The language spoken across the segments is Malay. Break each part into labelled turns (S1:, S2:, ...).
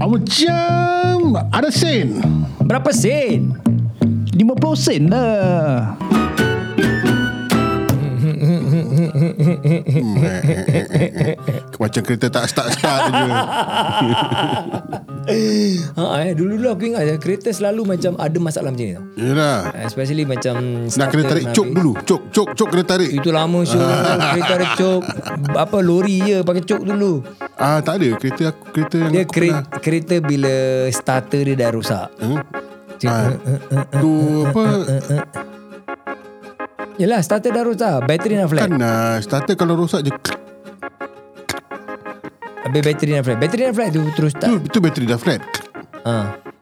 S1: Macam ada sen.
S2: Berapa sen?
S3: 50 sen lah
S1: Macam kereta tak start-start je.
S2: Ha, eh, dulu-dulu aku ingat je, kereta selalu macam ada masalah macam ni tau.
S1: Yelah.
S2: Eh, Especially macam
S1: Nak
S2: starter
S1: kena tarik
S2: nak
S1: cok
S2: habis.
S1: dulu. Cok, cok, cok kena tarik.
S2: Itu lama syok Kereta ada cok Apa lori je Pakai cok dulu
S1: Ah tak ada kereta aku kereta yang
S2: Dia
S1: aku
S2: kere,
S1: pernah-
S2: kereta bila starter dia dah rusak
S1: Hmm?
S2: Cik, eh,
S1: Ah. Tu apa
S2: Yelah starter dah rusak Bateri nak flat
S1: kan ah, starter kalau rosak je
S2: Habis bateri nak flat Bateri nak flat tu terus
S1: tu,
S2: tak
S1: tu bateri dah flat.
S2: ha.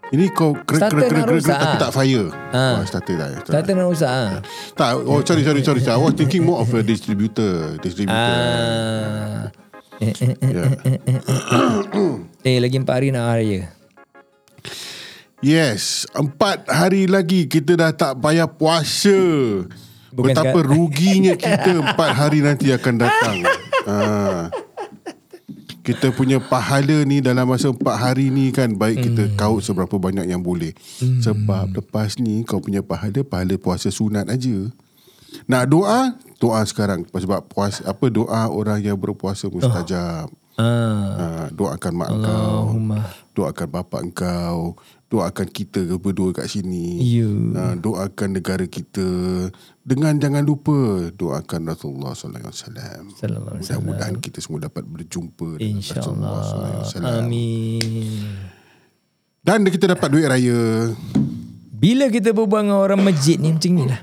S1: Ini kau kena
S2: Starter
S1: kena kena
S2: nak
S1: kena
S2: rosak,
S1: tapi
S2: ah.
S1: tak fire. Ah
S2: Ah.
S1: starter dah.
S2: Starter nak rusak ha.
S1: Tak, oh sorry sorry sorry. I was thinking more of a distributor,
S2: Ha.
S1: distributor.
S2: Ah.
S1: Yeah.
S2: Eh lagi 4 hari nak hari raya
S1: Yes, empat hari lagi kita dah tak payah puasa.
S2: Bukan
S1: Bukan Betapa
S2: sekarang.
S1: ruginya kita empat hari nanti akan datang. ha. Kita punya pahala ni dalam masa empat hari ni kan baik kita kaut seberapa banyak yang boleh. Sebab lepas ni kau punya pahala pahala puasa sunat aja. Nak doa, doa sekarang sebab puas apa doa orang yang berpuasa mustajab.
S2: Ah.
S1: Ha, doakan mak
S2: Allahumma.
S1: kau Doakan bapak kau Doakan kita ke berdua kat sini
S2: Ya.
S1: ha, Doakan negara kita Dengan jangan lupa Doakan Rasulullah SAW
S2: Sallallahu alaihi wasallam.
S1: Mudah-mudahan kita semua dapat berjumpa dengan
S2: InsyaAllah
S1: SAW.
S2: Amin
S1: Dan kita dapat duit raya
S2: Bila kita berbual dengan orang masjid ni Macam ni lah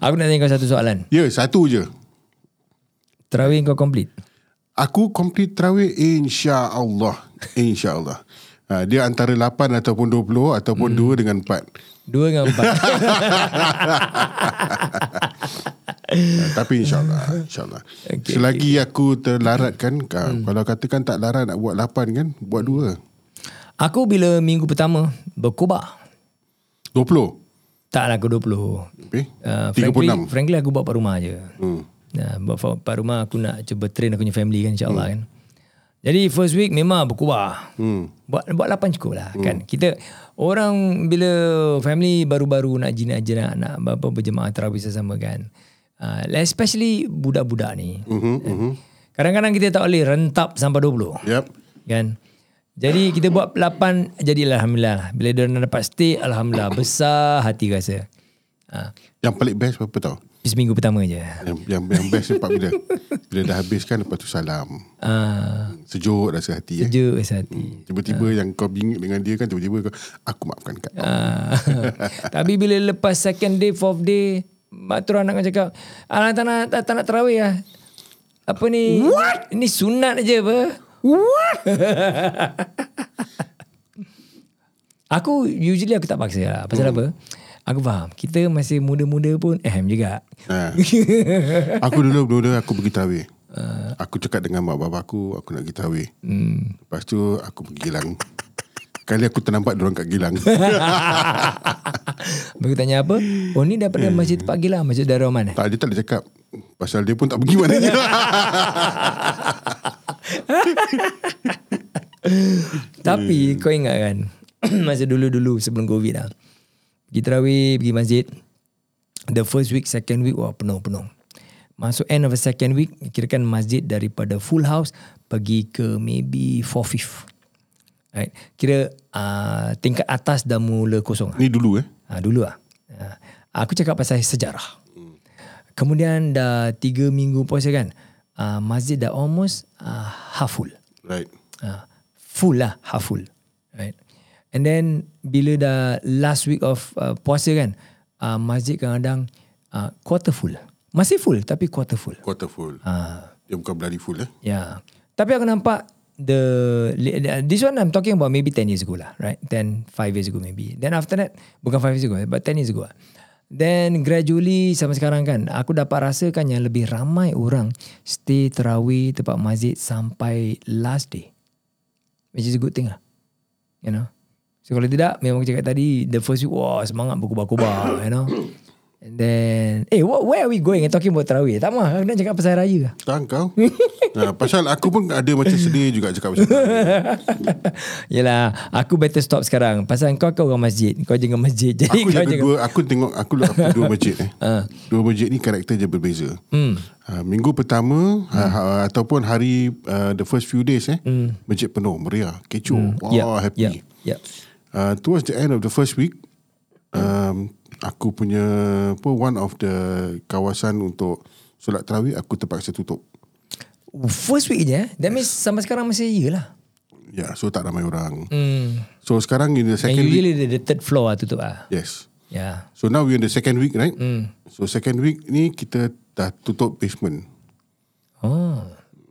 S2: Aku nak tanya kau satu soalan
S1: Ya satu je
S2: Terawih kau complete
S1: Aku complete terawih InsyaAllah InsyaAllah ha, Dia antara 8 ataupun 20 Ataupun hmm. 2 dengan 4
S2: Dua dengan empat
S1: Ah, Tapi insyaAllah InsyaAllah okay, Selagi aku terlarat kan hmm. Kalau katakan tak larat nak buat 8 kan Buat 2
S2: Aku bila minggu pertama Berkobar
S1: 20
S2: Tak lah aku 20
S1: okay. uh,
S2: uh, frankly,
S1: 36
S2: frankly aku buat kat rumah je
S1: hmm.
S2: nah, Buat fa- kat rumah aku nak cuba train aku punya family kan InsyaAllah hmm. kan Jadi first week memang berkobar
S1: Hmm.
S2: Buat buat lapan cukup lah hmm. kan. Kita orang bila family baru-baru nak jinak-jinak nak apa berjemaah tarawih sesama kan. Uh, especially budak-budak ni. Kan.
S1: Mhm, mhm.
S2: Kadang-kadang kita tak boleh rentap sampai 20
S1: Yep.
S2: kan. Jadi kita buat 8 jadi alhamdulillah. lah. Bila dia orang dapat stay alhamdulillah besar hati rasa. Ha,
S1: Yang paling best apa tau
S2: seminggu pertama je.
S1: Yang yang, yang best tempat bila Bila dah habiskan Lepas tu salam
S2: Ah,
S1: Sejuk rasa hati eh.
S2: sejuk rasa hati.
S1: Tiba-tiba yang kau bingit dengan dia kan Tiba-tiba kau Aku maafkan kau
S2: Ah. Tapi bila lepas second day, fourth day, mak tu anak kau cakap, anak tak nak, tak, tak nak terawih lah. Apa ni? What? Ni sunat je apa? What? aku usually aku tak paksa lah. Pasal apa? Aku faham. Kita masih muda-muda pun ehem juga.
S1: Ha. aku dulu dulu aku pergi tarawih. Aku cakap dengan mak bapak aku, aku nak pergi tarawih. Hmm. Lepas tu aku pergi Gilang. Kali aku ternampak diorang kat Gilang.
S2: Aku tanya apa? Oh ni daripada masjid Pak Gila, masjid Darul Rahman. eh?
S1: tak, dia tak ada cakap. Pasal dia pun tak pergi mananya.
S2: Tapi kau ingat kan Masa dulu-dulu sebelum covid lah Pergi terawih Pergi masjid The first week Second week Wah penuh-penuh Masuk end of the second week Kirakan masjid daripada full house Pergi ke maybe four fifth Right. Kira uh, tingkat atas dah mula kosong.
S1: Ni dulu eh.
S2: Ha, dulu lah. Ha. Aku cakap pasal sejarah. Kemudian dah tiga minggu puasa kan. Uh, masjid dah almost uh, half full.
S1: Right.
S2: Ha, full lah, half full. Right? And then bila dah last week of uh, puasa kan, uh, masjid kadang-kadang uh, quarter full. Masih full tapi quarter full.
S1: Quarter full.
S2: Ha,
S1: Dia bukan bloody full eh.
S2: yeah. Ya. Tapi aku nampak the this one I'm talking about maybe 10 years ago lah, right? 10 5 years ago maybe. Then after that bukan 5 years ago but 10 years ago. lah. Then gradually sampai sekarang kan aku dapat rasakan yang lebih ramai orang stay terawih tempat masjid sampai last day. Which is a good thing lah. You know. So kalau tidak memang aku cakap tadi the first week wah semangat berkobar-kobar you know. And then, eh, what, where are we going and talking about Tarawih? Tak mahu, aku nak cakap pasal raya.
S1: Tak kau ha, Pasal aku pun ada macam sedia juga cakap macam tu
S2: Yelah, aku better stop sekarang. Pasal kau kau orang masjid. Kau jaga masjid. Jadi
S1: Aku
S2: kau
S1: jaga dua Aku tengok Aku look up to dua masjid eh. Dua masjid ni karakter je berbeza ha, Minggu pertama ha, ha, Ataupun hari uh, The first few days eh, Masjid penuh Meriah Kecoh Wah
S2: Yep,
S1: Ah, happy
S2: yep, yep.
S1: Uh, towards the end of the first week, um, aku punya apa one of the kawasan untuk solat tarawih aku terpaksa tutup.
S2: First week je eh. That means sampai sekarang masih ya lah.
S1: Ya, yeah, so tak ramai orang. Mm. So sekarang in the
S2: And
S1: second week,
S2: usually the, the third floor lah tutup lah.
S1: yes.
S2: Yeah.
S1: So now we in the second week, right? Mm. So second week ni kita dah tutup basement.
S2: Oh.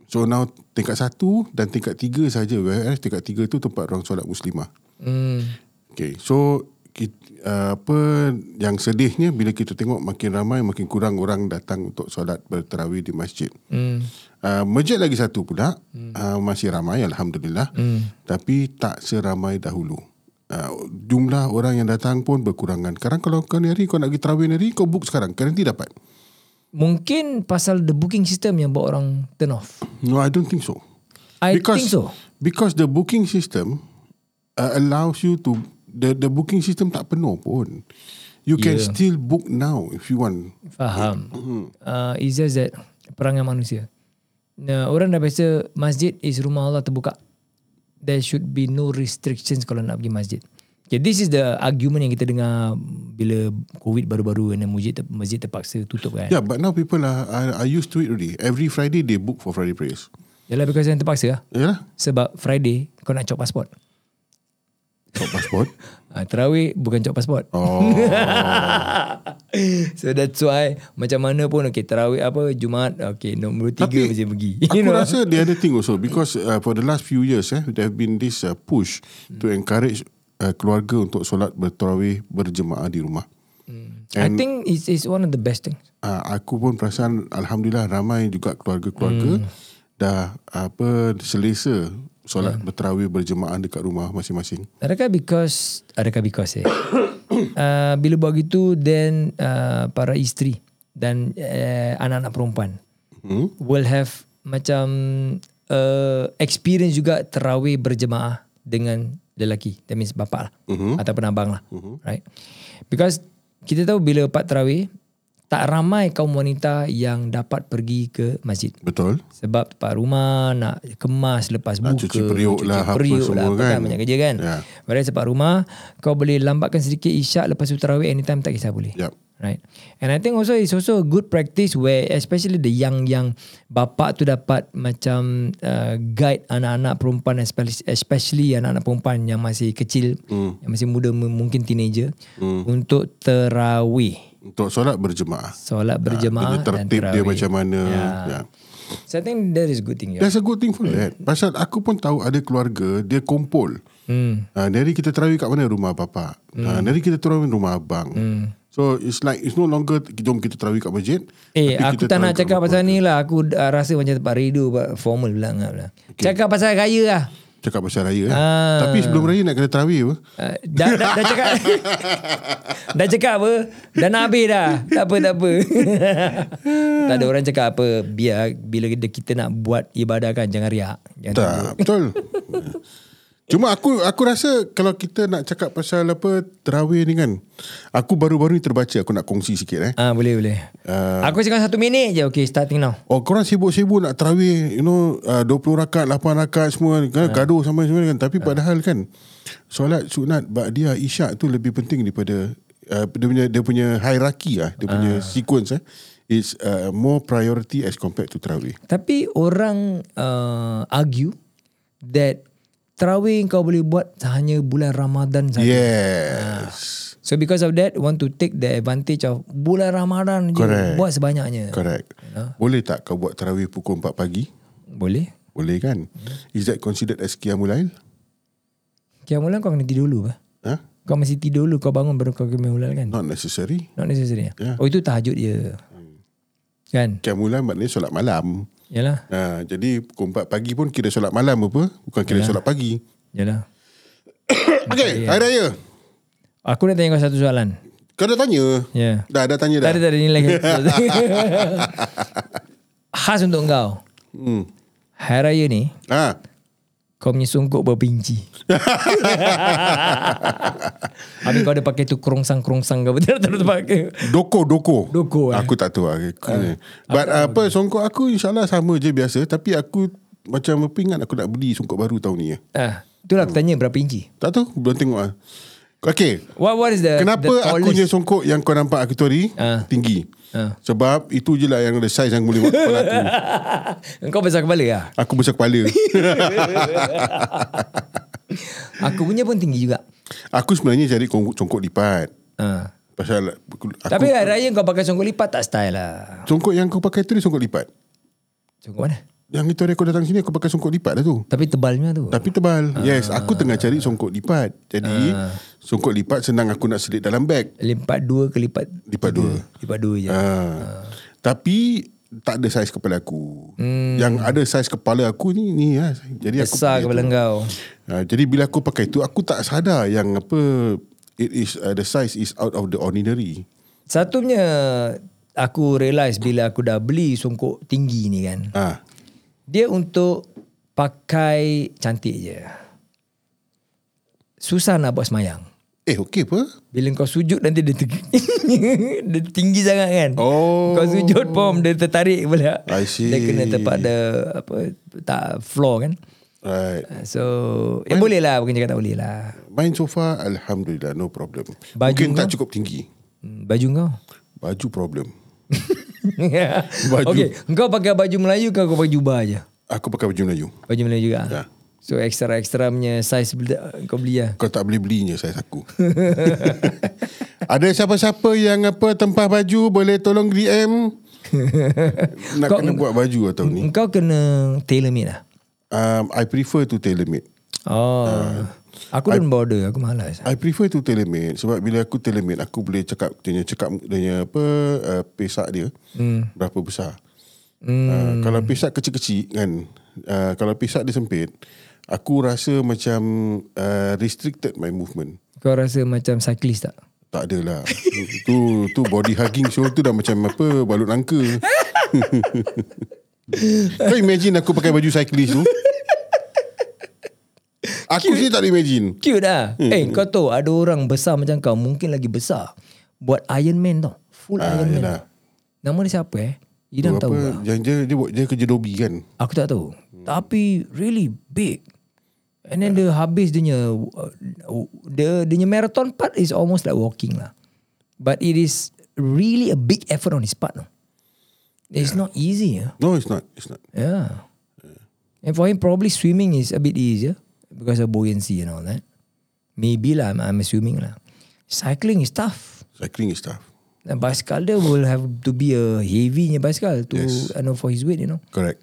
S1: So now tingkat satu dan tingkat tiga saja. Whereas tingkat tiga tu tempat orang solat muslimah.
S2: Hmm.
S1: Okay, so kita, uh, apa yang sedihnya bila kita tengok makin ramai makin kurang orang datang untuk solat bertarawih di masjid. Hmm. Uh, masjid lagi satu pula hmm. uh, masih ramai alhamdulillah. Hmm. Tapi tak seramai dahulu. Uh, jumlah orang yang datang pun berkurangan. Sekarang kalau kau ni hari kau nak pergi tarawih ni hari kau book sekarang. Kau nanti dapat.
S2: Mungkin pasal the booking system yang buat orang turn off.
S1: No, I don't think so.
S2: I think so.
S1: Because the booking system uh, allows you to the the booking system tak penuh pun. You can
S2: Yeah.
S1: still book now if you want.
S2: Faham.
S1: Mm-hmm.
S2: Uh, it's just that perangai manusia. Nah, orang dah biasa masjid is rumah Allah terbuka. There should be no restrictions kalau nak pergi masjid. Okay, this is the argument yang kita dengar bila COVID baru-baru dan masjid, ter, masjid terpaksa tutup kan.
S1: Yeah, but now people are, are are used to it already. Every Friday they book for Friday prayers. Ya
S2: Yalah because yang terpaksa lah.
S1: Yeah,
S2: Sebab Friday kau nak cop pasport.
S1: top passport.
S2: Uh, terawih bukan cop pasport.
S1: Oh,
S2: so that's why macam mana pun okay terawih apa Jumaat okay nombor tiga
S1: Tapi,
S2: mesti pergi.
S1: aku rasa the other thing also because uh, for the last few years eh, there have been this uh, push to encourage uh, keluarga untuk solat bertarawih berjemaah di rumah.
S2: I think it's, it's one of the best things.
S1: uh, aku pun perasan alhamdulillah ramai juga keluarga-keluarga hmm. dah apa selesa solat yeah.
S2: Hmm.
S1: bertarawih berjemaah dekat rumah masing-masing.
S2: Adakah because Adakah because eh uh, Bila buat gitu Then uh, Para isteri Dan uh, Anak-anak perempuan
S1: Hmm?
S2: Will have Macam uh, Experience juga Terawih berjemaah Dengan Lelaki That means bapak lah uh-huh. Ataupun abang lah uh-huh. Right Because Kita tahu bila part terawih Tak ramai kaum wanita Yang dapat pergi ke masjid
S1: Betul?
S2: sebab tempat rumah nak kemas lepas
S1: Nak
S2: buka.
S1: cuci periuk lah, apa semua kan.
S2: Banyak kerja kan.
S1: Ya.
S2: Yeah. Padahal tempat rumah kau boleh lambatkan sedikit isyak lepas tu tarawih anytime tak kisah boleh.
S1: Yep.
S2: Right. And I think also it's also a good practice where especially the young yang bapak tu dapat macam uh, guide anak-anak perempuan especially, especially anak-anak perempuan yang masih kecil,
S1: Hmm.
S2: mm. yang masih muda m- mungkin teenager mm. untuk tarawih.
S1: Untuk solat berjemaah.
S2: Solat
S1: Dia
S2: berjemaah
S1: Ah,
S2: dan
S1: tertib
S2: tarawih.
S1: dia macam mana.
S2: Ya.
S1: Yeah.
S2: So I think that is good thing. ya. Yeah.
S1: That's a good thing for that. Pasal aku pun tahu ada keluarga dia kumpul. Hmm. Uh, dari kita tarawih kat mana rumah bapa. Hmm. Uh, dari kita tarawih rumah abang. Hmm. So it's like it's no longer jom kita tarawih kat masjid.
S2: Eh,
S1: tapi kita
S2: aku tak
S1: tarawih
S2: nak
S1: kat
S2: cakap
S1: rumah
S2: pasal ni lah. Aku uh, rasa macam tempat radio buat formal pula. ngap lah. Cakap pasal raya lah.
S1: Cakap pasal raya. Eh.
S2: Ah.
S1: Tapi sebelum raya nak kena tarawih apa?
S2: Uh, dah, dah, dah cakap Dah cakap apa Dah nak habis dah Tak apa tak apa Tak ada orang cakap apa Biar bila kita- kita nak buat ibadah kan Jangan riak Jangan
S1: Tak, betul. Cuma aku aku rasa kalau kita nak cakap pasal apa terawih ni kan. Aku baru-baru ni terbaca aku nak kongsi sikit eh.
S2: Ah Boleh boleh uh,
S1: Ah.
S2: Aku cakap satu minit je Okay starting now
S1: Oh korang sibuk-sibuk nak terawih You know uh, 20 rakaat 8 rakaat semua kan, Gaduh sama semua kan Tapi padahal kan Solat sunat Ba'diyah Isyak tu lebih penting daripada uh, Dia punya dia punya hierarki lah Dia punya sequence eh. It's uh, more priority as compared to terawih
S2: Tapi orang uh, argue That Terawih kau boleh buat Hanya bulan Ramadan
S1: Ya.
S2: saja
S1: Yes
S2: So because of that want to take the advantage of bulan Ramadan je
S1: Correct.
S2: buat sebanyaknya.
S1: Correct Boleh tak kau buat terawih pukul 4 pagi?
S2: Boleh.
S1: Boleh kan? Is that considered as qiyamul lail?
S2: Qiyamul Lail kau kena tidur dulu bah.
S1: Huh?
S2: Kau mesti tidur dulu kau bangun baru kau qiyamul Lail kan.
S1: Ha? Not necessary.
S2: Not necessary.
S1: Yeah.
S2: Yeah. Oh itu tahajud dia.
S1: Hmm.
S2: Kan?
S1: Qiyamul lail maknanya solat malam.
S2: Yalah.
S1: Ha, jadi pukul 4 pagi pun kira solat malam apa? Bukan kira solat pagi.
S2: Yalah.
S1: Okay, Hari Raya.
S2: Aku nak tanya kau satu soalan.
S1: Kau dah tanya.
S2: Ya.
S1: Dah, dah tanya dah.
S2: Tak ada, tak ada nilai. kan? Khas untuk kau.
S1: Hmm.
S2: Hari Raya ni,
S1: Ha.
S2: kau punya songkok berapa inci? Habis kau ada pakai tu kerongsang-kerongsang ke apa? Tak tahu tu pakai.
S1: Doko, doko.
S2: Doko, eh?
S1: Aku tak tahu. lah. But apa, songkok aku insyaAllah sama je biasa. Tapi aku macam apa ingat aku nak beli songkok baru tahun ni. eh.
S2: Ah, itulah aku tanya berapa inci?
S1: Tak tahu, belum tengok lah. Okay,
S2: What, what is the
S1: Kenapa
S2: the
S1: aku punya songkok yang kau nampak aku tu hari
S2: Ah.
S1: tinggi?
S2: Ah.
S1: Sebab itu je lah yang ada saiz yang boleh buat kepala aku.
S2: Kau besar kepala lah.
S1: Aku besar kepala.
S2: Aku punya pun tinggi juga.
S1: aku sebenarnya cari kong- songkok lipat.
S2: Ah.
S1: Pasal aku,
S2: Tapi hari raya kau pakai songkok lipat tak style lah.
S1: songkok yang aku pakai tu dia songkok lipat.
S2: Songkok mana?
S1: Yang itu hari aku datang sini aku pakai songkok lipat lah tu.
S2: Tapi tebalnya tu.
S1: Tapi tebal.
S2: Ah.
S1: yes, aku tengah cari songkok lipat. Jadi songkok lipat senang aku nak selit dalam beg.
S2: Lipat dua ke lipat
S1: Lipat dua.
S2: Lipat dua je.
S1: Ha. Tapi tak ada saiz kepala aku. Yang ada saiz kepala aku ni ni lah. Jadi aku
S2: Hmm. Besar
S1: pakai
S2: kepala
S1: tu.
S2: kau.
S1: Ha, jadi bila aku pakai tu aku tak sadar yang apa it is uh, the size is out of the ordinary.
S2: Satunya aku realise bila aku dah beli songkok tinggi ni kan.
S1: Ah.
S2: Dia untuk pakai cantik je. Susah nak buat semayang.
S1: Eh okey apa?
S2: Bila kau sujud nanti dia, ter- dia tinggi sangat kan.
S1: Oh.
S2: Kau sujud pom dia tertarik pula.
S1: I see.
S2: Dia kena terpada apa tak floor kan.
S1: Right.
S2: So eh, boleh lah bukan cakap tak boleh lah.
S1: Main sofa alhamdulillah no problem.
S2: Baju
S1: Mungkin
S2: kau?
S1: tak cukup tinggi.
S2: Hmm, Baju kau.
S1: Baju problem.
S2: baju. Okay, kau pakai baju Melayu ke kau pakai jubah aja?
S1: Aku pakai baju Melayu.
S2: Baju Melayu juga.
S1: Ya.
S2: So extra-extra punya size beli- kau beli lah.
S1: Kau tak boleh belinya saya aku. Ada siapa-siapa yang apa tempah baju boleh tolong DM nak
S2: Kau-
S1: kena buat baju lah tahun ni.
S2: Kau kena tailor made lah.
S1: Um, I prefer to tailor made.
S2: Oh. aku don't border, aku malas.
S1: I prefer to tailor made sebab bila aku tailor made aku boleh cakap dia punya cakap dia punya apa uh, pesak dia hmm. berapa besar. Hmm. Uh, kalau pesak kecil-kecil kan uh, kalau pesak dia sempit aku rasa macam uh, restricted my movement.
S2: Kau rasa macam cyclist tak?
S1: Tak adalah. tu tu body hugging show tu dah macam apa balut nangka. Kau imagine aku pakai baju cyclist tu. Aku sendiri tak boleh imagine.
S2: Cute lah.
S1: Hmm.
S2: Eh, kau tahu ada orang besar macam kau, mungkin lagi besar. Buat Iron Man tau. Full
S1: Ah,
S2: Iron Man.
S1: yalah.
S2: Nama dia siapa eh?
S1: Tu
S2: Idam tahu tak?
S1: apa, Hmm. yang dia, dia, buat- dia kerja dobi kan.
S2: Aku tak tahu. Tapi really big. And then dia habis dia punya uh, the dia punya marathon part is almost like walking lah. But it is really a big effort on his part. No? It's not easy. Yeah.
S1: No, it's not. It's not.
S2: yeah. And for him probably swimming is a bit easier because of buoyancy and all that. Maybe lah I'm, I'm assuming lah. Cycling is tough.
S1: Cycling is tough.
S2: And bicycle dia will have to be a heavy bicycle to
S1: Yes.
S2: you know for his weight you know.
S1: Correct.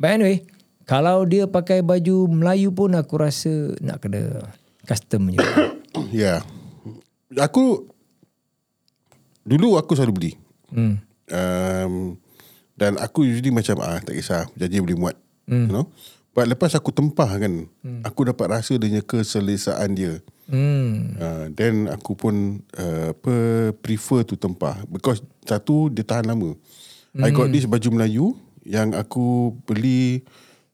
S2: But anyway, kalau dia pakai baju Melayu pun aku rasa nak kena custom juga.
S1: yeah. Aku dulu aku selalu beli.
S2: hmm.
S1: um, dan aku usually macam ah tak kisah janji boleh muat mm.
S2: Hmm.
S1: you know but lepas aku tempah kan mm. aku dapat rasa dia punya keselesaan dia
S2: Hmm.
S1: uh, then aku pun uh, apa prefer to tempah because satu dia tahan lama mm. I got
S2: Hmm.
S1: this baju Melayu yang aku beli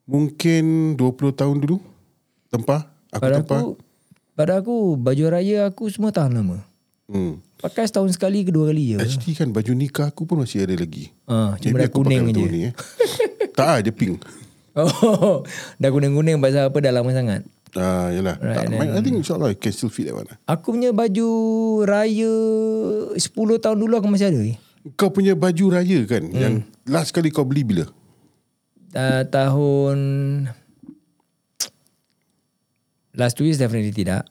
S1: mungkin 20 tahun dulu tempah aku
S2: Pada
S1: tempah
S2: aku, pada aku baju raya aku semua tahan lama.
S1: hmm.
S2: Pakai setahun sekali ke dua kali je.
S1: Actually kan baju nikah aku pun masih ada lagi
S2: Ah, cuma
S1: Maybe
S2: dah
S1: aku pakai
S2: kuning
S1: betul
S2: je.
S1: ni, eh. tak ah dia pink
S2: Oh, dah kuning-kuning pasal apa dah lama sangat.
S1: Ah, yalah. Right, tak, main, I think insyaAllah I can still fit that one. lah.
S2: Aku punya baju raya 10 tahun dulu aku masih ada lagi.
S1: Kau punya baju raya kan hmm. yang last kali kau beli bila?
S2: Uh, tahun last two years definitely tidak.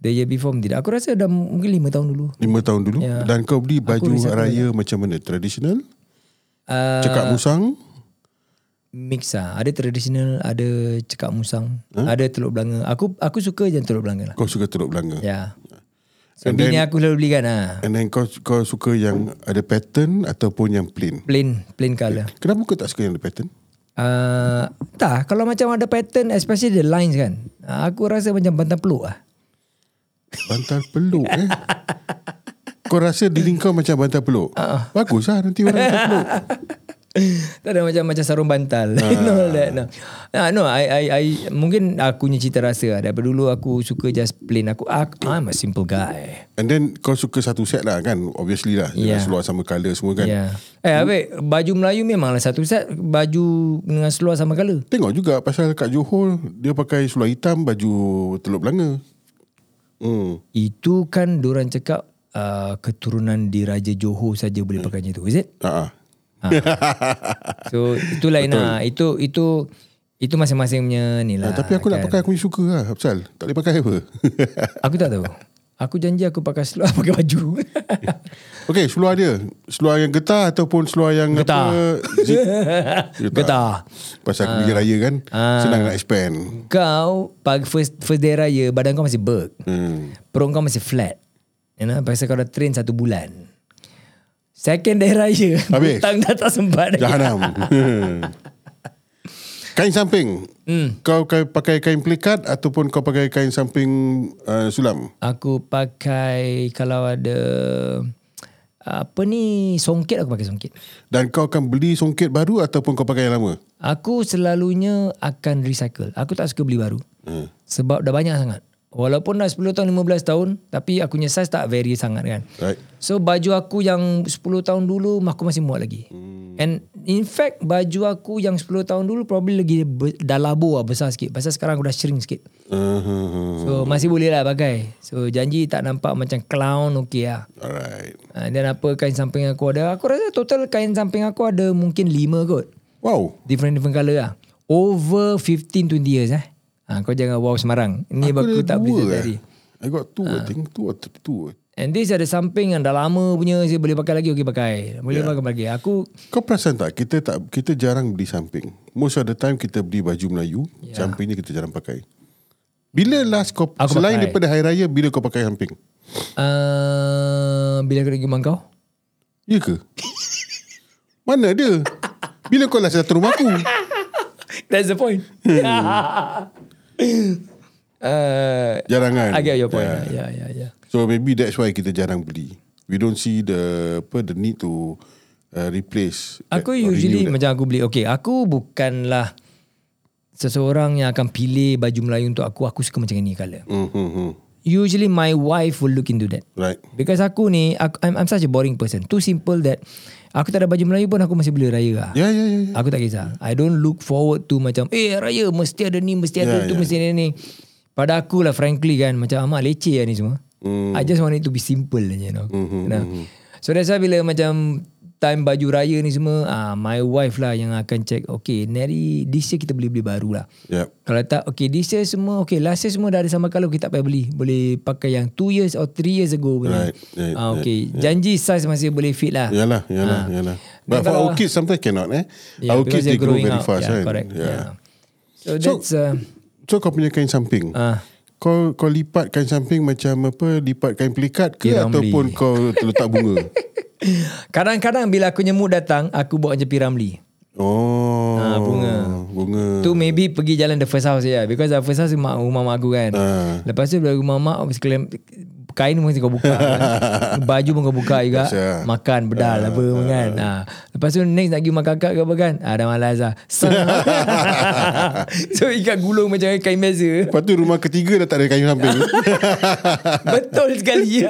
S2: The year before pun tidak. Aku rasa dah mungkin 5 tahun dulu.
S1: Lima tahun dulu yeah.
S2: Ya.
S1: dan kau beli
S2: Aku
S1: baju
S2: recycle
S1: raya macam mana? Traditional?
S2: Uh,
S1: Cekak musang?
S2: mix lah. Ada tradisional, ada cekak musang, huh? ada telur belanga. Aku aku suka je telur belanga lah.
S1: Kau suka telur belanga.
S2: Ya.
S1: Yeah.
S2: Yeah. So
S1: And
S2: bini aku selalu belikan lah.
S1: And then kau kau suka yang ada pattern ataupun yang plain?
S2: Plain, plain colour.
S1: Kenapa kau tak suka yang ada pattern?
S2: Uh, tak, kalau macam ada pattern, especially the lines kan. Aku rasa macam bantal peluk lah.
S1: Bantal peluk eh. Kau rasa diri kau macam bantal peluk
S2: Uh-uh.
S1: uh. Bagus lah nanti orang bantal peluk
S2: tak ada macam macam sarung bantal.
S1: Ah.
S2: no that. No. Nah, no, I I I mungkin aku punya cita rasa lah. daripada dulu aku suka just plain aku, aku I'm a simple guy.
S1: And then kau suka satu set lah kan Obviously lah yeah.
S2: Yeah.
S1: Dengan seluar sama colour semua kan yeah.
S2: Ya. Yeah. Eh, abik, baju Melayu memanglah satu set baju dengan seluar sama color.
S1: Tengok juga pasal kat Johor Dia pakai seluar hitam Baju teluk belanga hmm.
S2: Itu kan diorang cakap uh, keturunan diraja Johor saja boleh pakai macam tu. Is it?
S1: uh
S2: So itu lain lah. Itu itu itu masing-masing punya ni lah.
S1: Ah, Tapi aku nak pakai aku punya suka lah Pasal tak boleh pakai apa
S2: Aku tak tahu. Aku janji aku pakai seluar pakai baju.
S1: Okay seluar dia Seluar yang getar Ataupun seluar yang
S2: Getar.
S1: apa zip.
S2: Getar.
S1: Pasal aku pergi raya kan
S2: Ah.
S1: Senang nak expand
S2: Kau pagi first first day raya badan kau masih berg.
S1: hmm.
S2: Perut kau masih flat. You know, pasal kau dah train satu bulan. Second day raya,
S1: Habis.
S2: hutang dah tak sempat lagi.
S1: Jahanam Hmm. Kain samping hmm. Kau kai- pakai kain pelikat Ataupun kau pakai kain samping uh, Sulam
S2: Aku pakai kalau ada apa ni songkit aku pakai songkit.
S1: Dan kau akan beli songket baru Ataupun kau pakai yang lama
S2: Aku selalunya akan recycle. Aku tak suka beli baru.
S1: hmm.
S2: Sebab dah banyak sangat. Walaupun dah 10 tahun 15 tahun tapi aku punya size tak vary sangat kan.
S1: Right
S2: So baju aku yang 10 tahun dulu aku masih muat lagi. Hmm. And in fact baju aku yang 10 tahun dulu probably lagi be- dah labur lah besar sikit. Pasal sekarang aku dah shrink sikit.
S1: uh-huh.
S2: So masih boleh lah pakai. So janji tak nampak macam clown okey lah.
S1: Alright
S2: Ah, Dan apa kain samping aku ada. Aku rasa total kain samping aku ada mungkin 5 kot.
S1: Wow
S2: Different-different colour lah. Over 15-20 years eh. Ha, kau jangan wow semarang. Ni aku, aku
S1: ada
S2: tak
S1: dua,
S2: boleh
S1: eh.
S2: tadi. Ah.
S1: I got two I think Two or th- two
S2: And this ada samping yang dah lama punya saya boleh pakai lagi okey pakai. Boleh yeah. pakai lagi. Aku
S1: Kau perasan tak Kita tak kita jarang beli samping Most of the time Kita beli baju Melayu yeah. Samping ni kita jarang pakai Bila last kau
S2: Ya. Aku
S1: Selain
S2: pakai.
S1: daripada Hari Raya Bila kau pakai samping
S2: uh, bila aku nak pergi rumah kau?
S1: Ya ke? Mana dia? Bila kau last datang rumah aku?
S2: That's the point. uh,
S1: Jarang kan?
S2: I get your point. Yeah, yeah, yeah. yeah.
S1: So maybe that's why kita jarang beli. We don't see the apa the need to uh, replace. that or
S2: Aku
S1: renew
S2: usually
S1: that.
S2: macam aku beli Okay aku bukanlah Seseorang yang akan pilih baju Melayu untuk aku Aku suka macam ni colour
S1: Hmm, hmm, hmm.
S2: Usually my wife will look into that
S1: Right.
S2: Because aku ni aku, I'm, I'm such a boring person Too simple that Aku tak ada baju Melayu pun Aku masih boleh raya lah
S1: Ya ya ya. ya.
S2: Aku tak kisah I don't look forward to macam Eh raya mesti ada ni Mesti ada
S1: Yeah,
S2: tu
S1: yeah.
S2: Mesti ada ni Pada aku lah frankly kan Macam amat leceh lah ni semua
S1: Hmm.
S2: mm. I just want it to be simple aja you know? Mm-hmm, nah. So that's why bila macam Time baju raya ni semua ah, My wife lah yang akan check Okay Neri This year kita beli-beli baru lah
S1: Yep.
S2: kalau tak, okay, this year semua, okay, last year semua dah ada sama kalau kita tak payah beli. Boleh pakai yang 2 years or 3 years ago punya.
S1: Right, right,
S2: ah, okay, janji size masih boleh fit lah.
S1: Yalah, yalah,
S2: Ah.
S1: yalah.
S2: Then
S1: But for
S2: kalau-
S1: our kids sometimes cannot eh.
S2: Yeah,
S1: our
S2: because
S1: kids they
S2: they're
S1: grow
S2: growing
S1: very
S2: up.
S1: fast
S2: yeah,
S1: kan.
S2: Correct. Yeah.
S1: Yeah.
S2: So that's uh,
S1: So kau punya kain samping.
S2: Ah.
S1: Kau kau lipat kain samping macam apa? Lipat kain pelikat ke
S2: Tiram
S1: ataupun
S2: beli.
S1: kau letak bunga?
S2: kadang-kadang bila aku nyemut datang, aku buat macam Piramli.
S1: Oh.
S2: Ah, bunga.
S1: Bunga.
S2: Tu maybe pergi jalan the first house ya. Because the first house rumah, rumah mak aku kan.
S1: Ah.
S2: Lepas tu bila rumah mak sekalian kain pun mesti kau buka. kan. Baju pun kau buka juga.
S1: Yes, yeah.
S2: Makan bedal apa pun kan. Ha. Lepas tu next nak pergi rumah kakak ke apa kan. Ah, dah malas lah. so ikat gulung macam kain biasa.
S1: Lepas tu rumah ketiga dah tak ada kayu samping.
S2: Betul sekali.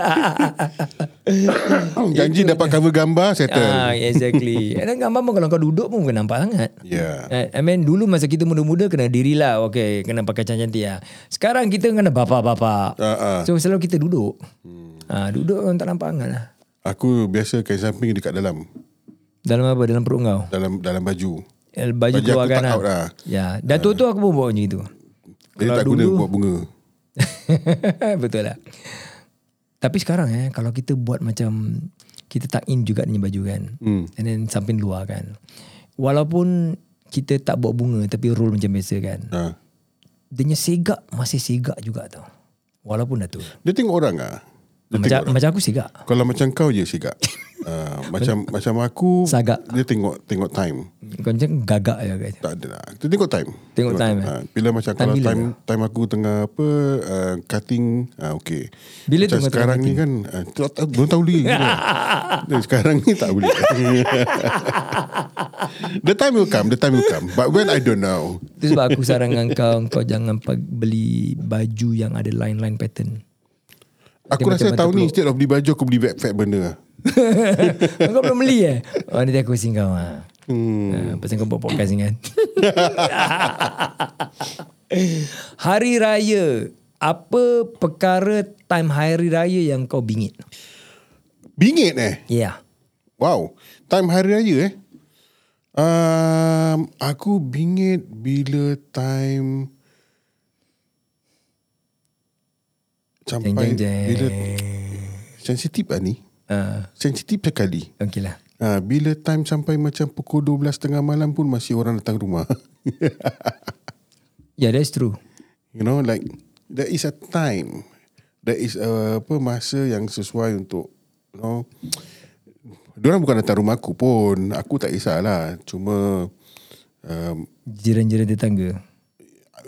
S1: Janji dapat cover gambar, settle.
S2: Ah, exactly. And then gambar pun kalau kau duduk pun bukan nampak sangat. Eh,
S1: Ya.
S2: I I mean dulu masa kita muda-muda kena dirilah okay kena pakai cantik-cantik lah. Sekarang kita kena bapa-bapa.
S1: Ah, ah.
S2: So selalu kita duduk. Hmm. Ha, duduk orang tak nampak hangat lah.
S1: Aku biasa kain samping dekat dalam.
S2: Dalam apa? Dalam perut kau.
S1: Dalam dalam baju.
S2: Eh,
S1: Baju
S2: Baju,
S1: aku
S2: keluar
S1: tak
S2: kanan.
S1: out lah.
S2: Ya. Dan tu-tu aku pun buat macam itu.
S1: Jadi tak guna buat bunga.
S2: Betul lah. Tapi sekarang eh kalau kita buat macam kita tak in juga ni baju kan. Hmm. And then samping luar kan. Walaupun kita tak buat bunga tapi roll macam biasa kan.
S1: Ha.
S2: Dia punya segak masih segak juga tau. Walaupun dah tu.
S1: Dia tengok orang ah.
S2: Macam, macam aku sigak.
S1: Kalau macam kau je sigak. Uh, macam macam aku
S2: Sagak.
S1: dia tengok tengok time.
S2: Kau macam gagak je guys.
S1: Tak ada lah. Dia tengok time.
S2: Tengok time, eh?
S1: Ha, bila macam
S2: Time
S1: time kalau
S2: bila
S1: time time aku tengah apa uh, cutting, uh, okey.
S2: Bila
S1: macam
S2: tengah
S1: sekarang ni kan uh, tak, tak, belum tahu lagi. gila. Dia sekarang ni tak boleh. the time will come, the time will come. But when I don't know.
S2: Itu sebab aku saran dengan kau Kau jangan pe- beli baju yang ada line-line pattern
S1: Aku
S2: Dia
S1: rasa
S2: macam
S1: tahun
S2: mata
S1: ni instead of beli baju aku beli backpack benda.
S2: Kau belum beli eh Oh nanti aku sing kau ha. Hmm. pasal kau buat podcast ni kan Hari Raya Apa perkara time hari raya yang kau bingit?
S1: Bingit eh.
S2: Ya.
S1: Wow. Time hari raya eh. Um, aku bingit bila time
S2: Jeng
S1: sampai
S2: jeng jeng.
S1: bila sensitif lah ni.
S2: Ah,
S1: Sensitif sekali.
S2: okey lah.
S1: Ha, bila time sampai macam pukul 12 tengah malam pun masih orang datang rumah.
S2: Yeah, Ya, that's true.
S1: you know like there is a time. There is a, apa masa yang sesuai untuk you know Diorang bukan datang rumah aku pun Aku tak kisahlah Cuma um,
S2: Jiran-jiran tetangga.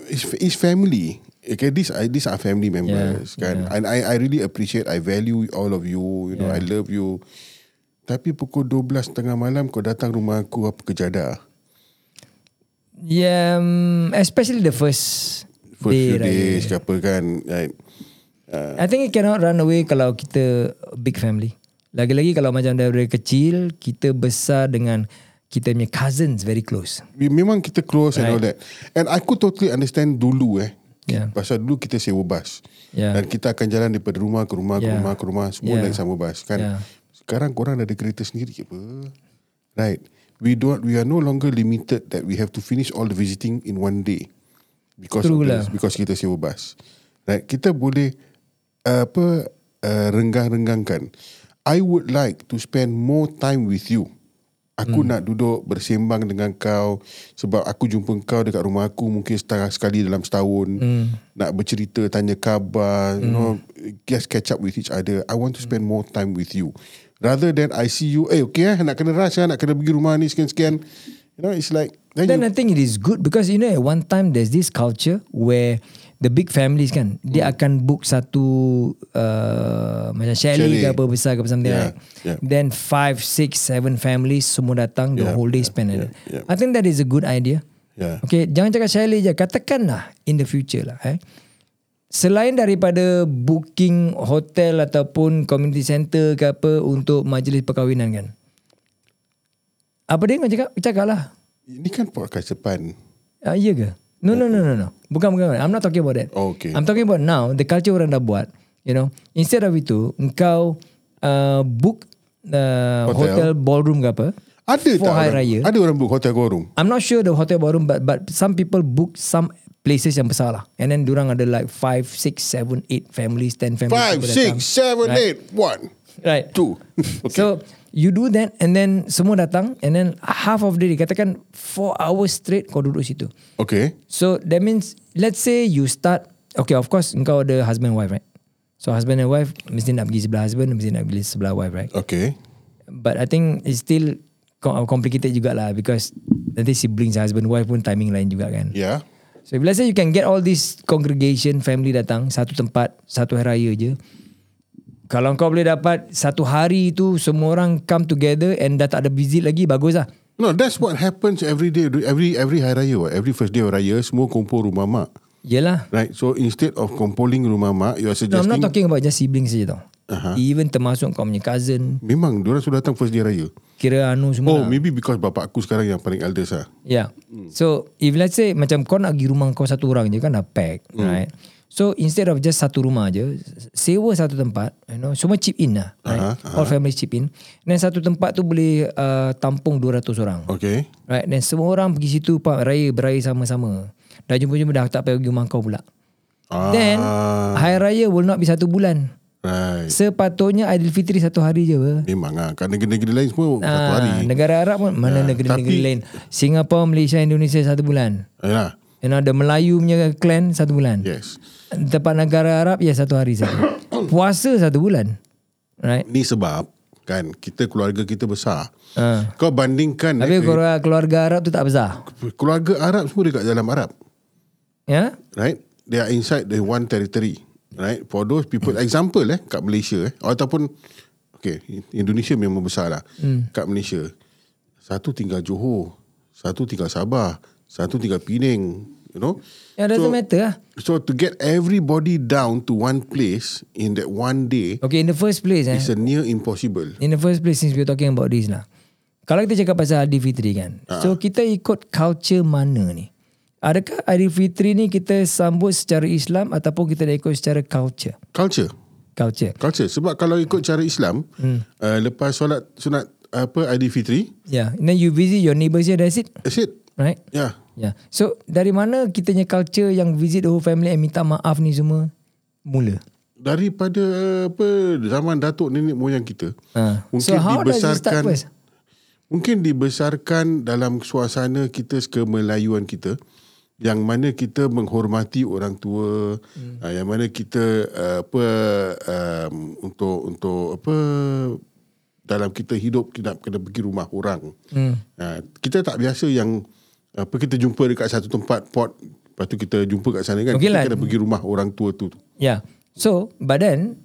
S1: it's, it's family. Okay, these are these are family members, kan? And I I really appreciate, I value all of you. You know, I love you. Tapi pukul 12 tengah malam kau datang rumah aku apa kejadah.
S2: Yeah, um, especially the first,
S1: First
S2: day,
S1: few
S2: raya.
S1: days ke apa kan. Like,
S2: I think it cannot run away kalau kita big family. Lagi-lagi kalau macam dari kecil, kita besar dengan kita punya cousins very close.
S1: we, memang kita close right. and all that. And aku totally understand dulu eh.
S2: Yeah.
S1: Pasal dulu kita sewa bus.
S2: Yeah.
S1: Dan kita akan jalan daripada rumah ke rumah ke
S2: Yeah.
S1: rumah ke rumah semua
S2: Yeah.
S1: naik sama bus kan.
S2: Yeah.
S1: Sekarang korang dah ada kereta sendiri apa? Right. We don't we are no longer limited that we have to finish all the visiting in one day. Because
S2: True
S1: of the-
S2: lah.
S1: because kita sewa bus. Right. Kita boleh uh, apa uh, renggang-renggangkan. I would like to spend more time with you. Aku hmm. nak duduk bersembang dengan kau sebab aku jumpa kau dekat rumah aku mungkin setengah sekali dalam setahun. Hmm. Nak bercerita, tanya khabar, hmm. you know, just catch up with each other. I want to spend more time with you. Rather than I see you, eh okay eh, nak kena rush eh, nak kena pergi rumah ni sekian-sekian. You know, it's like then,
S2: Then
S1: you,
S2: I think it is good because you know at one time there's this culture where the big families kan dia
S1: Hmm.
S2: akan book satu uh, macam chalet
S1: Chalet.
S2: ke apa besar ke something
S1: Yeah,
S2: like.
S1: yeah.
S2: Then five, six, seven families semua datang the
S1: Yeah,
S2: whole day
S1: yeah,
S2: spend
S1: yeah, yeah.
S2: yeah, I think that is a good idea.
S1: Yeah.
S2: Okay, jangan cakap chalet je. Katakanlah in the future lah eh. Selain daripada booking hotel ataupun community center ke apa untuk majlis perkahwinan kan. Apa dia kau cakap? Cakap lah.
S1: ini kan podcast depan.
S2: Uh, iya ke? No, no, no, no, no. Bukan, bukan. I'm not talking about that.
S1: Oh, okay.
S2: I'm talking about now. The culture orang dah buat. You know, instead of itu, engkau uh, book uh, hotel.
S1: Hotel.
S2: ballroom ke apa.
S1: Ada
S2: For
S1: tak
S2: hari
S1: orang,
S2: raya.
S1: ada orang book hotel ballroom?
S2: I'm not sure the hotel ballroom but but some people book some places yang besar lah. And then durang ada like 5, 6, 7, 8 families, 10 families.
S1: Five,
S2: semua datang.
S1: six, seven, eight, one,
S2: Right.
S1: two.
S2: So you do that and then semua datang and then half of the day katakan 4 hours straight kau duduk situ.
S1: Okay.
S2: So that means let's say you start okay of course engkau ada husband and wife right. So husband and wife mesti nak pergi sebelah husband mesti nak pergi sebelah wife right.
S1: Okay.
S2: But I think it's still co- complicated jugalah because nanti siblings husband wife pun timing lain juga kan.
S1: Yeah.
S2: So if let's say you can get all this congregation family datang satu tempat satu hari raya je. Kalau kau boleh dapat satu hari itu semua orang come together and dah tak ada busy lagi bagus lah.
S1: No, that's what happens every day, every every hari raya, what. every first day of raya, semua kumpul rumah mak.
S2: Yelah.
S1: Right? So instead of compiling rumah mak, you are
S2: No, I'm
S1: suggesting
S2: not talking about just siblings saja tau. Uh-huh. Even termasuk kau punya cousin,
S1: memang diorang sudah datang first day raya.
S2: kira anu semua.
S1: Oh,
S2: lah.
S1: maybe because bapak aku sekarang yang paling eldest lah.
S2: Yeah. So, if let's say macam kau nak pergi rumah kau satu orang je kan dah pack,
S1: Hmm.
S2: mm. right? So, instead of just satu rumah je, sewa satu tempat, you know, semua chip in lah. Right?
S1: Aha,
S2: Uh-huh. All families chip in. Dan satu tempat tu boleh uh, tampung 200 orang.
S1: Okay.
S2: Right? Dan semua orang pergi situ pak raya beraya sama-sama. Dah jumpa-jumpa dah tak payah pergi rumah kau pula.
S1: Ah,
S2: Then, hari raya will not be satu bulan.
S1: right.
S2: Sepatutnya Aidilfitri satu hari je apa.
S1: Memang ah, kan negeri-negeri lain semua satu
S2: Ah,
S1: hari. Ya,
S2: negara Arab pun mana negeri-negeri
S1: tapi-
S2: lain. Singapura, Malaysia, Indonesia satu bulan.
S1: Yalah.
S2: You know, ada Melayu punya clan satu bulan.
S1: Yes.
S2: Tempat negara Arab ya satu hari saja. puasa satu bulan. Right?
S1: Ni sebab kan kita keluarga kita besar.
S2: Ah.
S1: Kau bandingkan eh,
S2: Tapi keluarga, keluarga Arab tu tak besar.
S1: keluarga Arab semua dekat dalam Arab.
S2: Ya?
S1: right? They are inside the one territory, right? For those people, example eh, kat Malaysia eh, ataupun okay, Indonesia memang besar lah. Hmm. Kat Malaysia, satu tinggal Johor, satu tinggal Sabah, satu tinggal Penang, you know?
S2: Yeah, doesn't matter lah.
S1: So to get everybody down to one place in that one day
S2: Okay, in the first place eh.
S1: is a near impossible.
S2: In the first place since we're talking about this lah. Kalau kita cakap pasal Aidilfitri kan. Uh-huh. So kita ikut culture mana ni? Adakah Aidilfitri ni kita sambut secara Islam ataupun kita dah ikut secara culture?
S1: Culture,
S2: Culture.
S1: culture. Sebab kalau ikut cara Islam, hmm. uh, lepas solat sunat apa Aidilfitri,
S2: Yeah. And then Ya, you visit your neighbours here, that's it.
S1: that's it.
S2: Right?
S1: Yeah.
S2: Yeah. Ya. So dari mana kitanya culture yang visit the whole family and minta maaf ni semua mula?
S1: daripada apa zaman datuk nenek moyang kita.
S2: Ha.
S1: Mungkin
S2: so how does it start
S1: dibesarkan
S2: first?
S1: mungkin dibesarkan dalam suasana kita kemelayuan kita yang mana kita menghormati orang tua, hmm. yang mana kita uh, apa um, untuk untuk apa dalam kita hidup kita nak kena pergi rumah orang. Hmm. kita tak biasa yang apa kita jumpa dekat satu tempat pot lepas tu kita jumpa kat sana kan
S2: Okey
S1: kita
S2: lah.
S1: kena pergi rumah orang tua tu.
S2: Yeah. Ya. So, but then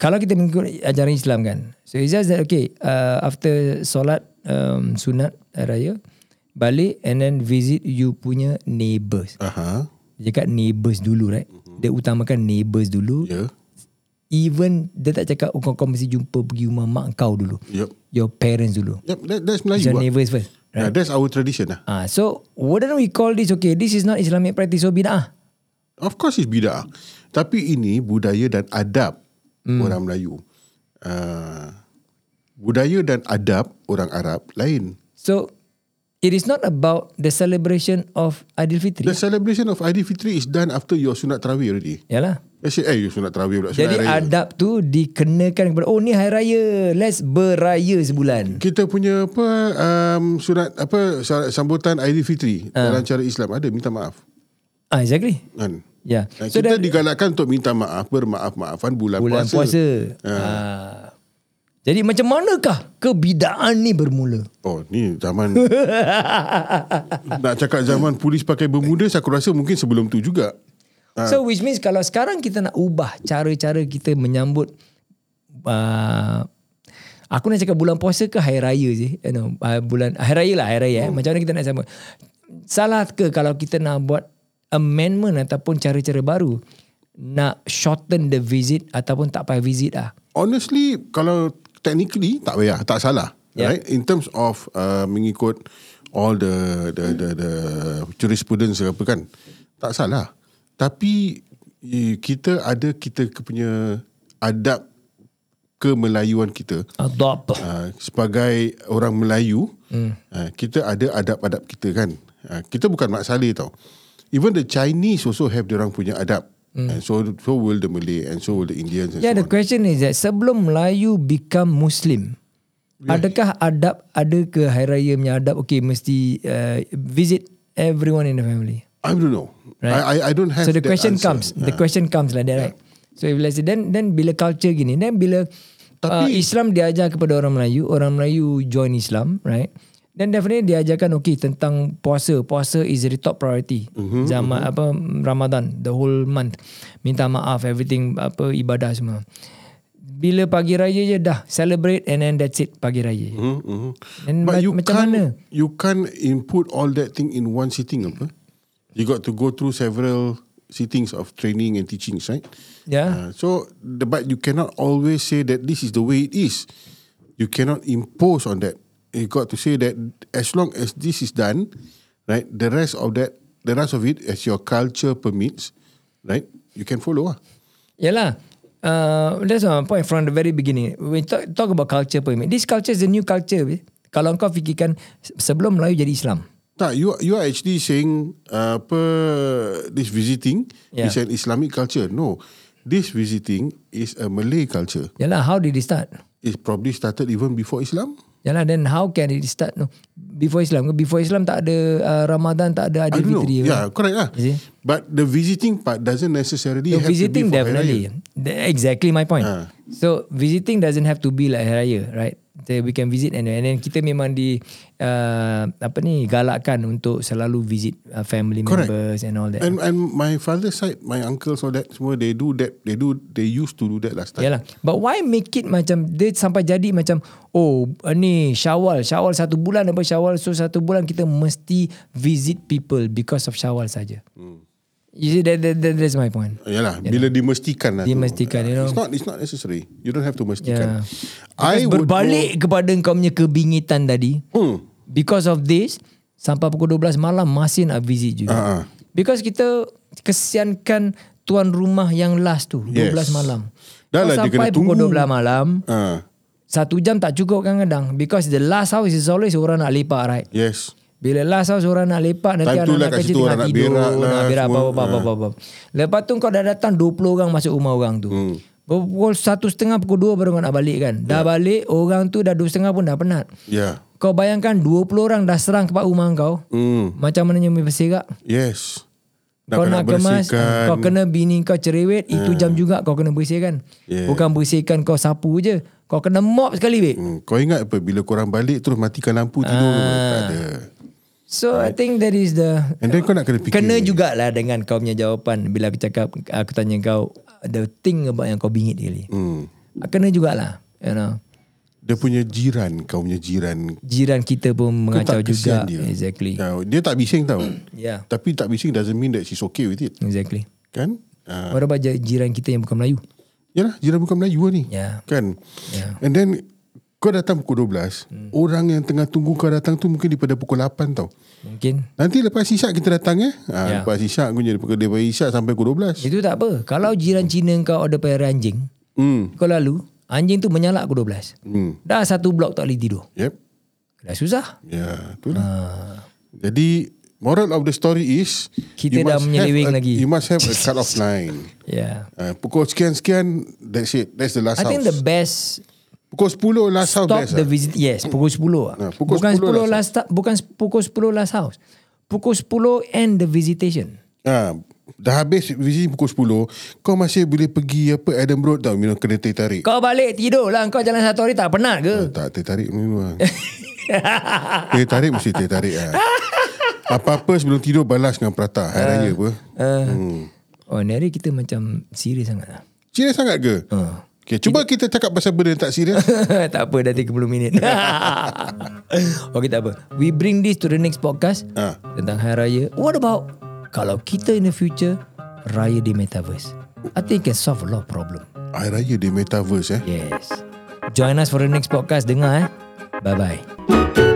S2: kalau kita mengikut ajaran Islam kan. So it's just that okay, uh, after solat um, sunat raya balik and then visit you punya neighbours.
S1: Aha.
S2: Dia cakap neighbours dulu right. Dia utamakan neighbours dulu.
S1: Ya. Yeah.
S2: Even dia tak cakap oh, kau, kau mesti jumpa pergi rumah mak kau dulu.
S1: Yep.
S2: Your parents dulu.
S1: Yep, that, that's Melayu.
S2: Your
S1: lah.
S2: neighbours first.
S1: Yeah, that's our tradition lah.
S2: Ah, so wouldn't we call this okay? This is not Islamic practice or bid'ah.
S1: Of course it's bid'ah. Tapi ini budaya dan adab
S2: Hmm.
S1: orang Melayu. Uh, budaya dan adab orang Arab lain.
S2: So it is not about the celebration of Aidilfitri.
S1: The celebration of Aidilfitri is done after your sunat tarawih already.
S2: Yalah.
S1: That's it. Eh, you sunat tarawih pula. Sunat
S2: Jadi
S1: raya.
S2: adab tu dikenakan kepada oh ni hari raya, let's beraya sebulan.
S1: Kita punya apa um, sunat apa sa- sambutan Aidilfitri dalam cara Islam ada minta maaf.
S2: Ah exactly.
S1: Kan?
S2: Ya.
S1: Dan
S2: Yeah. So
S1: kita
S2: dah
S1: digalakkan untuk minta maaf, bermaaf-maafan bulan,
S2: bulan puasa. puasa. Ah. Jadi macam manakah kebidaan ni bermula?
S1: Oh ni zaman Nak cakap zaman polis pakai bermuda Aku rasa mungkin sebelum tu juga
S2: So which means kalau sekarang kita nak ubah cara-cara kita menyambut uh, aku nak cakap bulan puasa ke hari raya je. You know, uh, bulan hari raya lah hari raya. Eh. Macam mana kita nak sambut? Salah ke kalau kita nak buat amendment ataupun cara-cara baru nak shorten the visit ataupun tak payah visit ah.
S1: Honestly Kalau technically Tak payah Tak salah
S2: Yeah.
S1: yeah. Right In terms of uh, Mengikut All the The, the, the Jurisprudence ke apa kan Tak salah Tapi eh, Kita ada Kita punya Adab Kemelayuan kita
S2: Adab.
S1: uh, sebagai orang Melayu, hmm. uh, kita ada adab-adab kita kan. Uh, kita bukan Mak Saleh tau. Even the Chinese also have orang punya adab. Hmm. And so so will the Malay and so will the Indians and
S2: Yeah,
S1: so
S2: the
S1: on.
S2: question is that sebelum Melayu become Muslim, adakah adab ada ke hari raya punya adab? Okay, mesti uh, visit everyone in the family.
S1: I don't know. Right.
S2: Right.
S1: I, I I don't have
S2: So the
S1: that
S2: question
S1: answer.
S2: comes, the question comes like that, right? So if let's say then then bila culture gini, then bila uh,
S1: Tapi-
S2: Islam diajar kepada orang Melayu, orang Melayu join Islam, right? Then definitely diajarkan okay tentang puasa. Puasa is the top priority. Mm-hmm, Zaman mm-hmm. apa Ramadan, the whole month. Minta maaf everything apa ibadah semua. Bila pagi raya je dah celebrate and then that's it pagi raya je.
S1: Hmm, hmm.
S2: And
S1: But
S2: ma-
S1: you
S2: macam
S1: can't
S2: mana?
S1: you can't input all that thing in one sitting apa? You got to go through several sittings of training and teachings, right?
S2: Yeah.
S1: Uh, so, the, but you cannot always say that this is the way it is. You cannot impose on that. You got to say that as long as this is done, right, the rest of that, the rest of it, as your culture permits, right, you can follow. Ah.
S2: Yalah. Uh, that's my point from the very beginning. We talk, talk about culture pun. This culture is a new culture. weh. Kalau kau fikirkan se- sebelum Melayu jadi Islam.
S1: Tak, you you are actually saying uh, apa this visiting
S2: Yeah.
S1: is an Islamic culture. No, this visiting is a Malay culture.
S2: Yalah, how did it start?
S1: It probably started even before Islam.
S2: Yalah then how can it start no before Islam ke before Islam tak ada uh, Ramadan tak ada
S1: I don't know.
S2: Aidilfitri
S1: Yeah, correct lah.
S2: Is it?
S1: But the visiting part doesn't necessarily have
S2: So
S1: to be
S2: visiting
S1: for Hari
S2: definitely.
S1: Raya.
S2: Th- Exactly my point.
S1: Ah.
S2: So visiting doesn't have to be like Hari Raya, right? So we can visit and, and then kita memang di uh, apa ni galakkan untuk selalu visit uh, family
S1: Correct.
S2: members and all that.
S1: And and my father side, my uncles all that semua they do that. They do they used to do that last time.
S2: Yalah. But why make it macam dia sampai jadi macam oh uh, ni Syawal, Syawal satu bulan apa Syawal so satu bulan kita mesti visit people because of Syawal saja. Hmm. You see that, that, that that's my point.
S1: Yalah, lah. bila dimestikan lah tu.
S2: Dimestikan, you know.
S1: It's not it's not necessary. You don't have to
S2: Yeah.
S1: mestikan.
S2: Because berbalik go... kepada kau punya kebingitan tadi.
S1: Hmm.
S2: Because of this sampai pukul 12 malam masih nak visit juga.
S1: Ah, ah.
S2: Because kita kesiankan tuan rumah yang last tu 12
S1: Yes.
S2: malam.
S1: Dah
S2: Kau
S1: lah, dia
S2: sampai
S1: kena
S2: pukul
S1: tunggu.
S2: 12 malam.
S1: Go, ah,
S2: Satu jam tak cukup kadang-kadang Because the last house is always orang nak lepak right
S1: yes.
S2: Bila last house orang nak lepak Nanti
S1: Time tu lah
S2: anak-anak
S1: kat situ
S2: kecil
S1: orang
S2: tengah
S1: nak
S2: tidur
S1: berak lah,
S2: Nak berak apa,
S1: semua.
S2: apa, apa, apa, apa. Lepas tu kau dah datang 20 orang masuk rumah orang tu hmm. Pukul satu setengah pukul dua baru kau nak balik kan
S1: Ya.
S2: Dah balik orang tu dah dua setengah pun dah penat
S1: Yeah.
S2: Kau bayangkan 20 orang dah serang kepada rumah kau
S1: Hmm.
S2: Macam mananya mimpi berserak
S1: Yes.
S2: kau nak kemas
S1: bersihkan. Ya.
S2: Kau kena bini kau cerewet Itu jam juga kau kena bersihkan
S1: Yeah.
S2: Bukan bersihkan kau sapu je Kau kena mop sekali weh
S1: Hmm, kau ingat apa bila korang balik terus matikan lampu tidur ah. tak ada.
S2: So I think that is the
S1: And then kau nak kena fikir.
S2: Kena jugalah dengan kau punya jawapan Bila aku cakap Aku tanya kau The thing about yang kau bingit kali hmm.
S1: Hmm.
S2: Kena jugalah You know
S1: Dia punya jiran, kau punya jiran.
S2: Jiran kita pun
S1: Kau
S2: mengacau
S1: tak
S2: juga
S1: kesian dia.
S2: Exactly
S1: Ya,
S2: Hmm.
S1: dia tak bising tau.
S2: Yeah
S1: Tapi tak bising doesn't mean that she's okay with it.
S2: Exactly
S1: Kan? Ah.
S2: What about j- jiran kita yang bukan Melayu
S1: Yalah, jiran bukan Melayu lah ni.
S2: Ya.
S1: Kan?
S2: Ya. Hmm.
S1: And then, kau datang pukul 12, orang yang tengah tunggu kau datang tu mungkin daripada pukul 8 tau.
S2: Mungkin
S1: Nanti lepas isyak kita datang eh.
S2: Ya.
S1: Ha, Lepas isyak punya, daripada, daripada isyak sampai pukul 12.
S2: Itu tak apa Kalau jiran Cina kau order payar anjing
S1: Hmm.
S2: Kau lalu Anjing tu menyalak aku 12
S1: Hmm.
S2: Dah satu blok tak boleh tidur
S1: Yep.
S2: Dah susah
S1: Ya, tu lah.
S2: Ah.
S1: Jadi, moral of the story is, you
S2: Kita dah
S1: must
S2: menyeleweng
S1: have a-
S2: lagi.
S1: You must have a cut off line.
S2: Yeah
S1: Uh, pukul sekian-sekian, that's it. That's the last
S2: Ya. I
S1: house.
S2: think the best
S1: pukul 10, last house
S2: Stop
S1: best.
S2: the
S1: lah.
S2: visit. Yes, pukul 10 lah.
S1: Ha, pukul
S2: bukan
S1: 10
S2: 10
S1: last
S2: last, house. bukan s- pukul 10 last house. Pukul 10 end the visitation.
S1: Ha, dah habis visi pukul 10 kau masih boleh pergi apa Adam Road tau minum kena teh tarik
S2: Kau balik tidur lah. Kau jalan satu hari tak penat ke?
S1: tak teh tarik ni lah. teh tarik mesti teh tarik lah. apa-apa sebelum tidur balas dengan prata hari raya apa
S2: Uh,
S1: Hmm.
S2: Oh, ni hari kita macam serius sangat lah.
S1: serius sangat ke
S2: Ha.
S1: okay, cuba kita cakap pasal benda yang tak serius
S2: tak apa, dah 30 minit. okay, tak apa. We bring this to the next podcast
S1: Ha.
S2: tentang Hari Raya. What about kalau kita in the future Raya di Metaverse? I think it can solve a lot of problem.
S1: hari raya di metaverse eh
S2: Yes. Join us for the next podcast. Dengar eh. Bye-bye.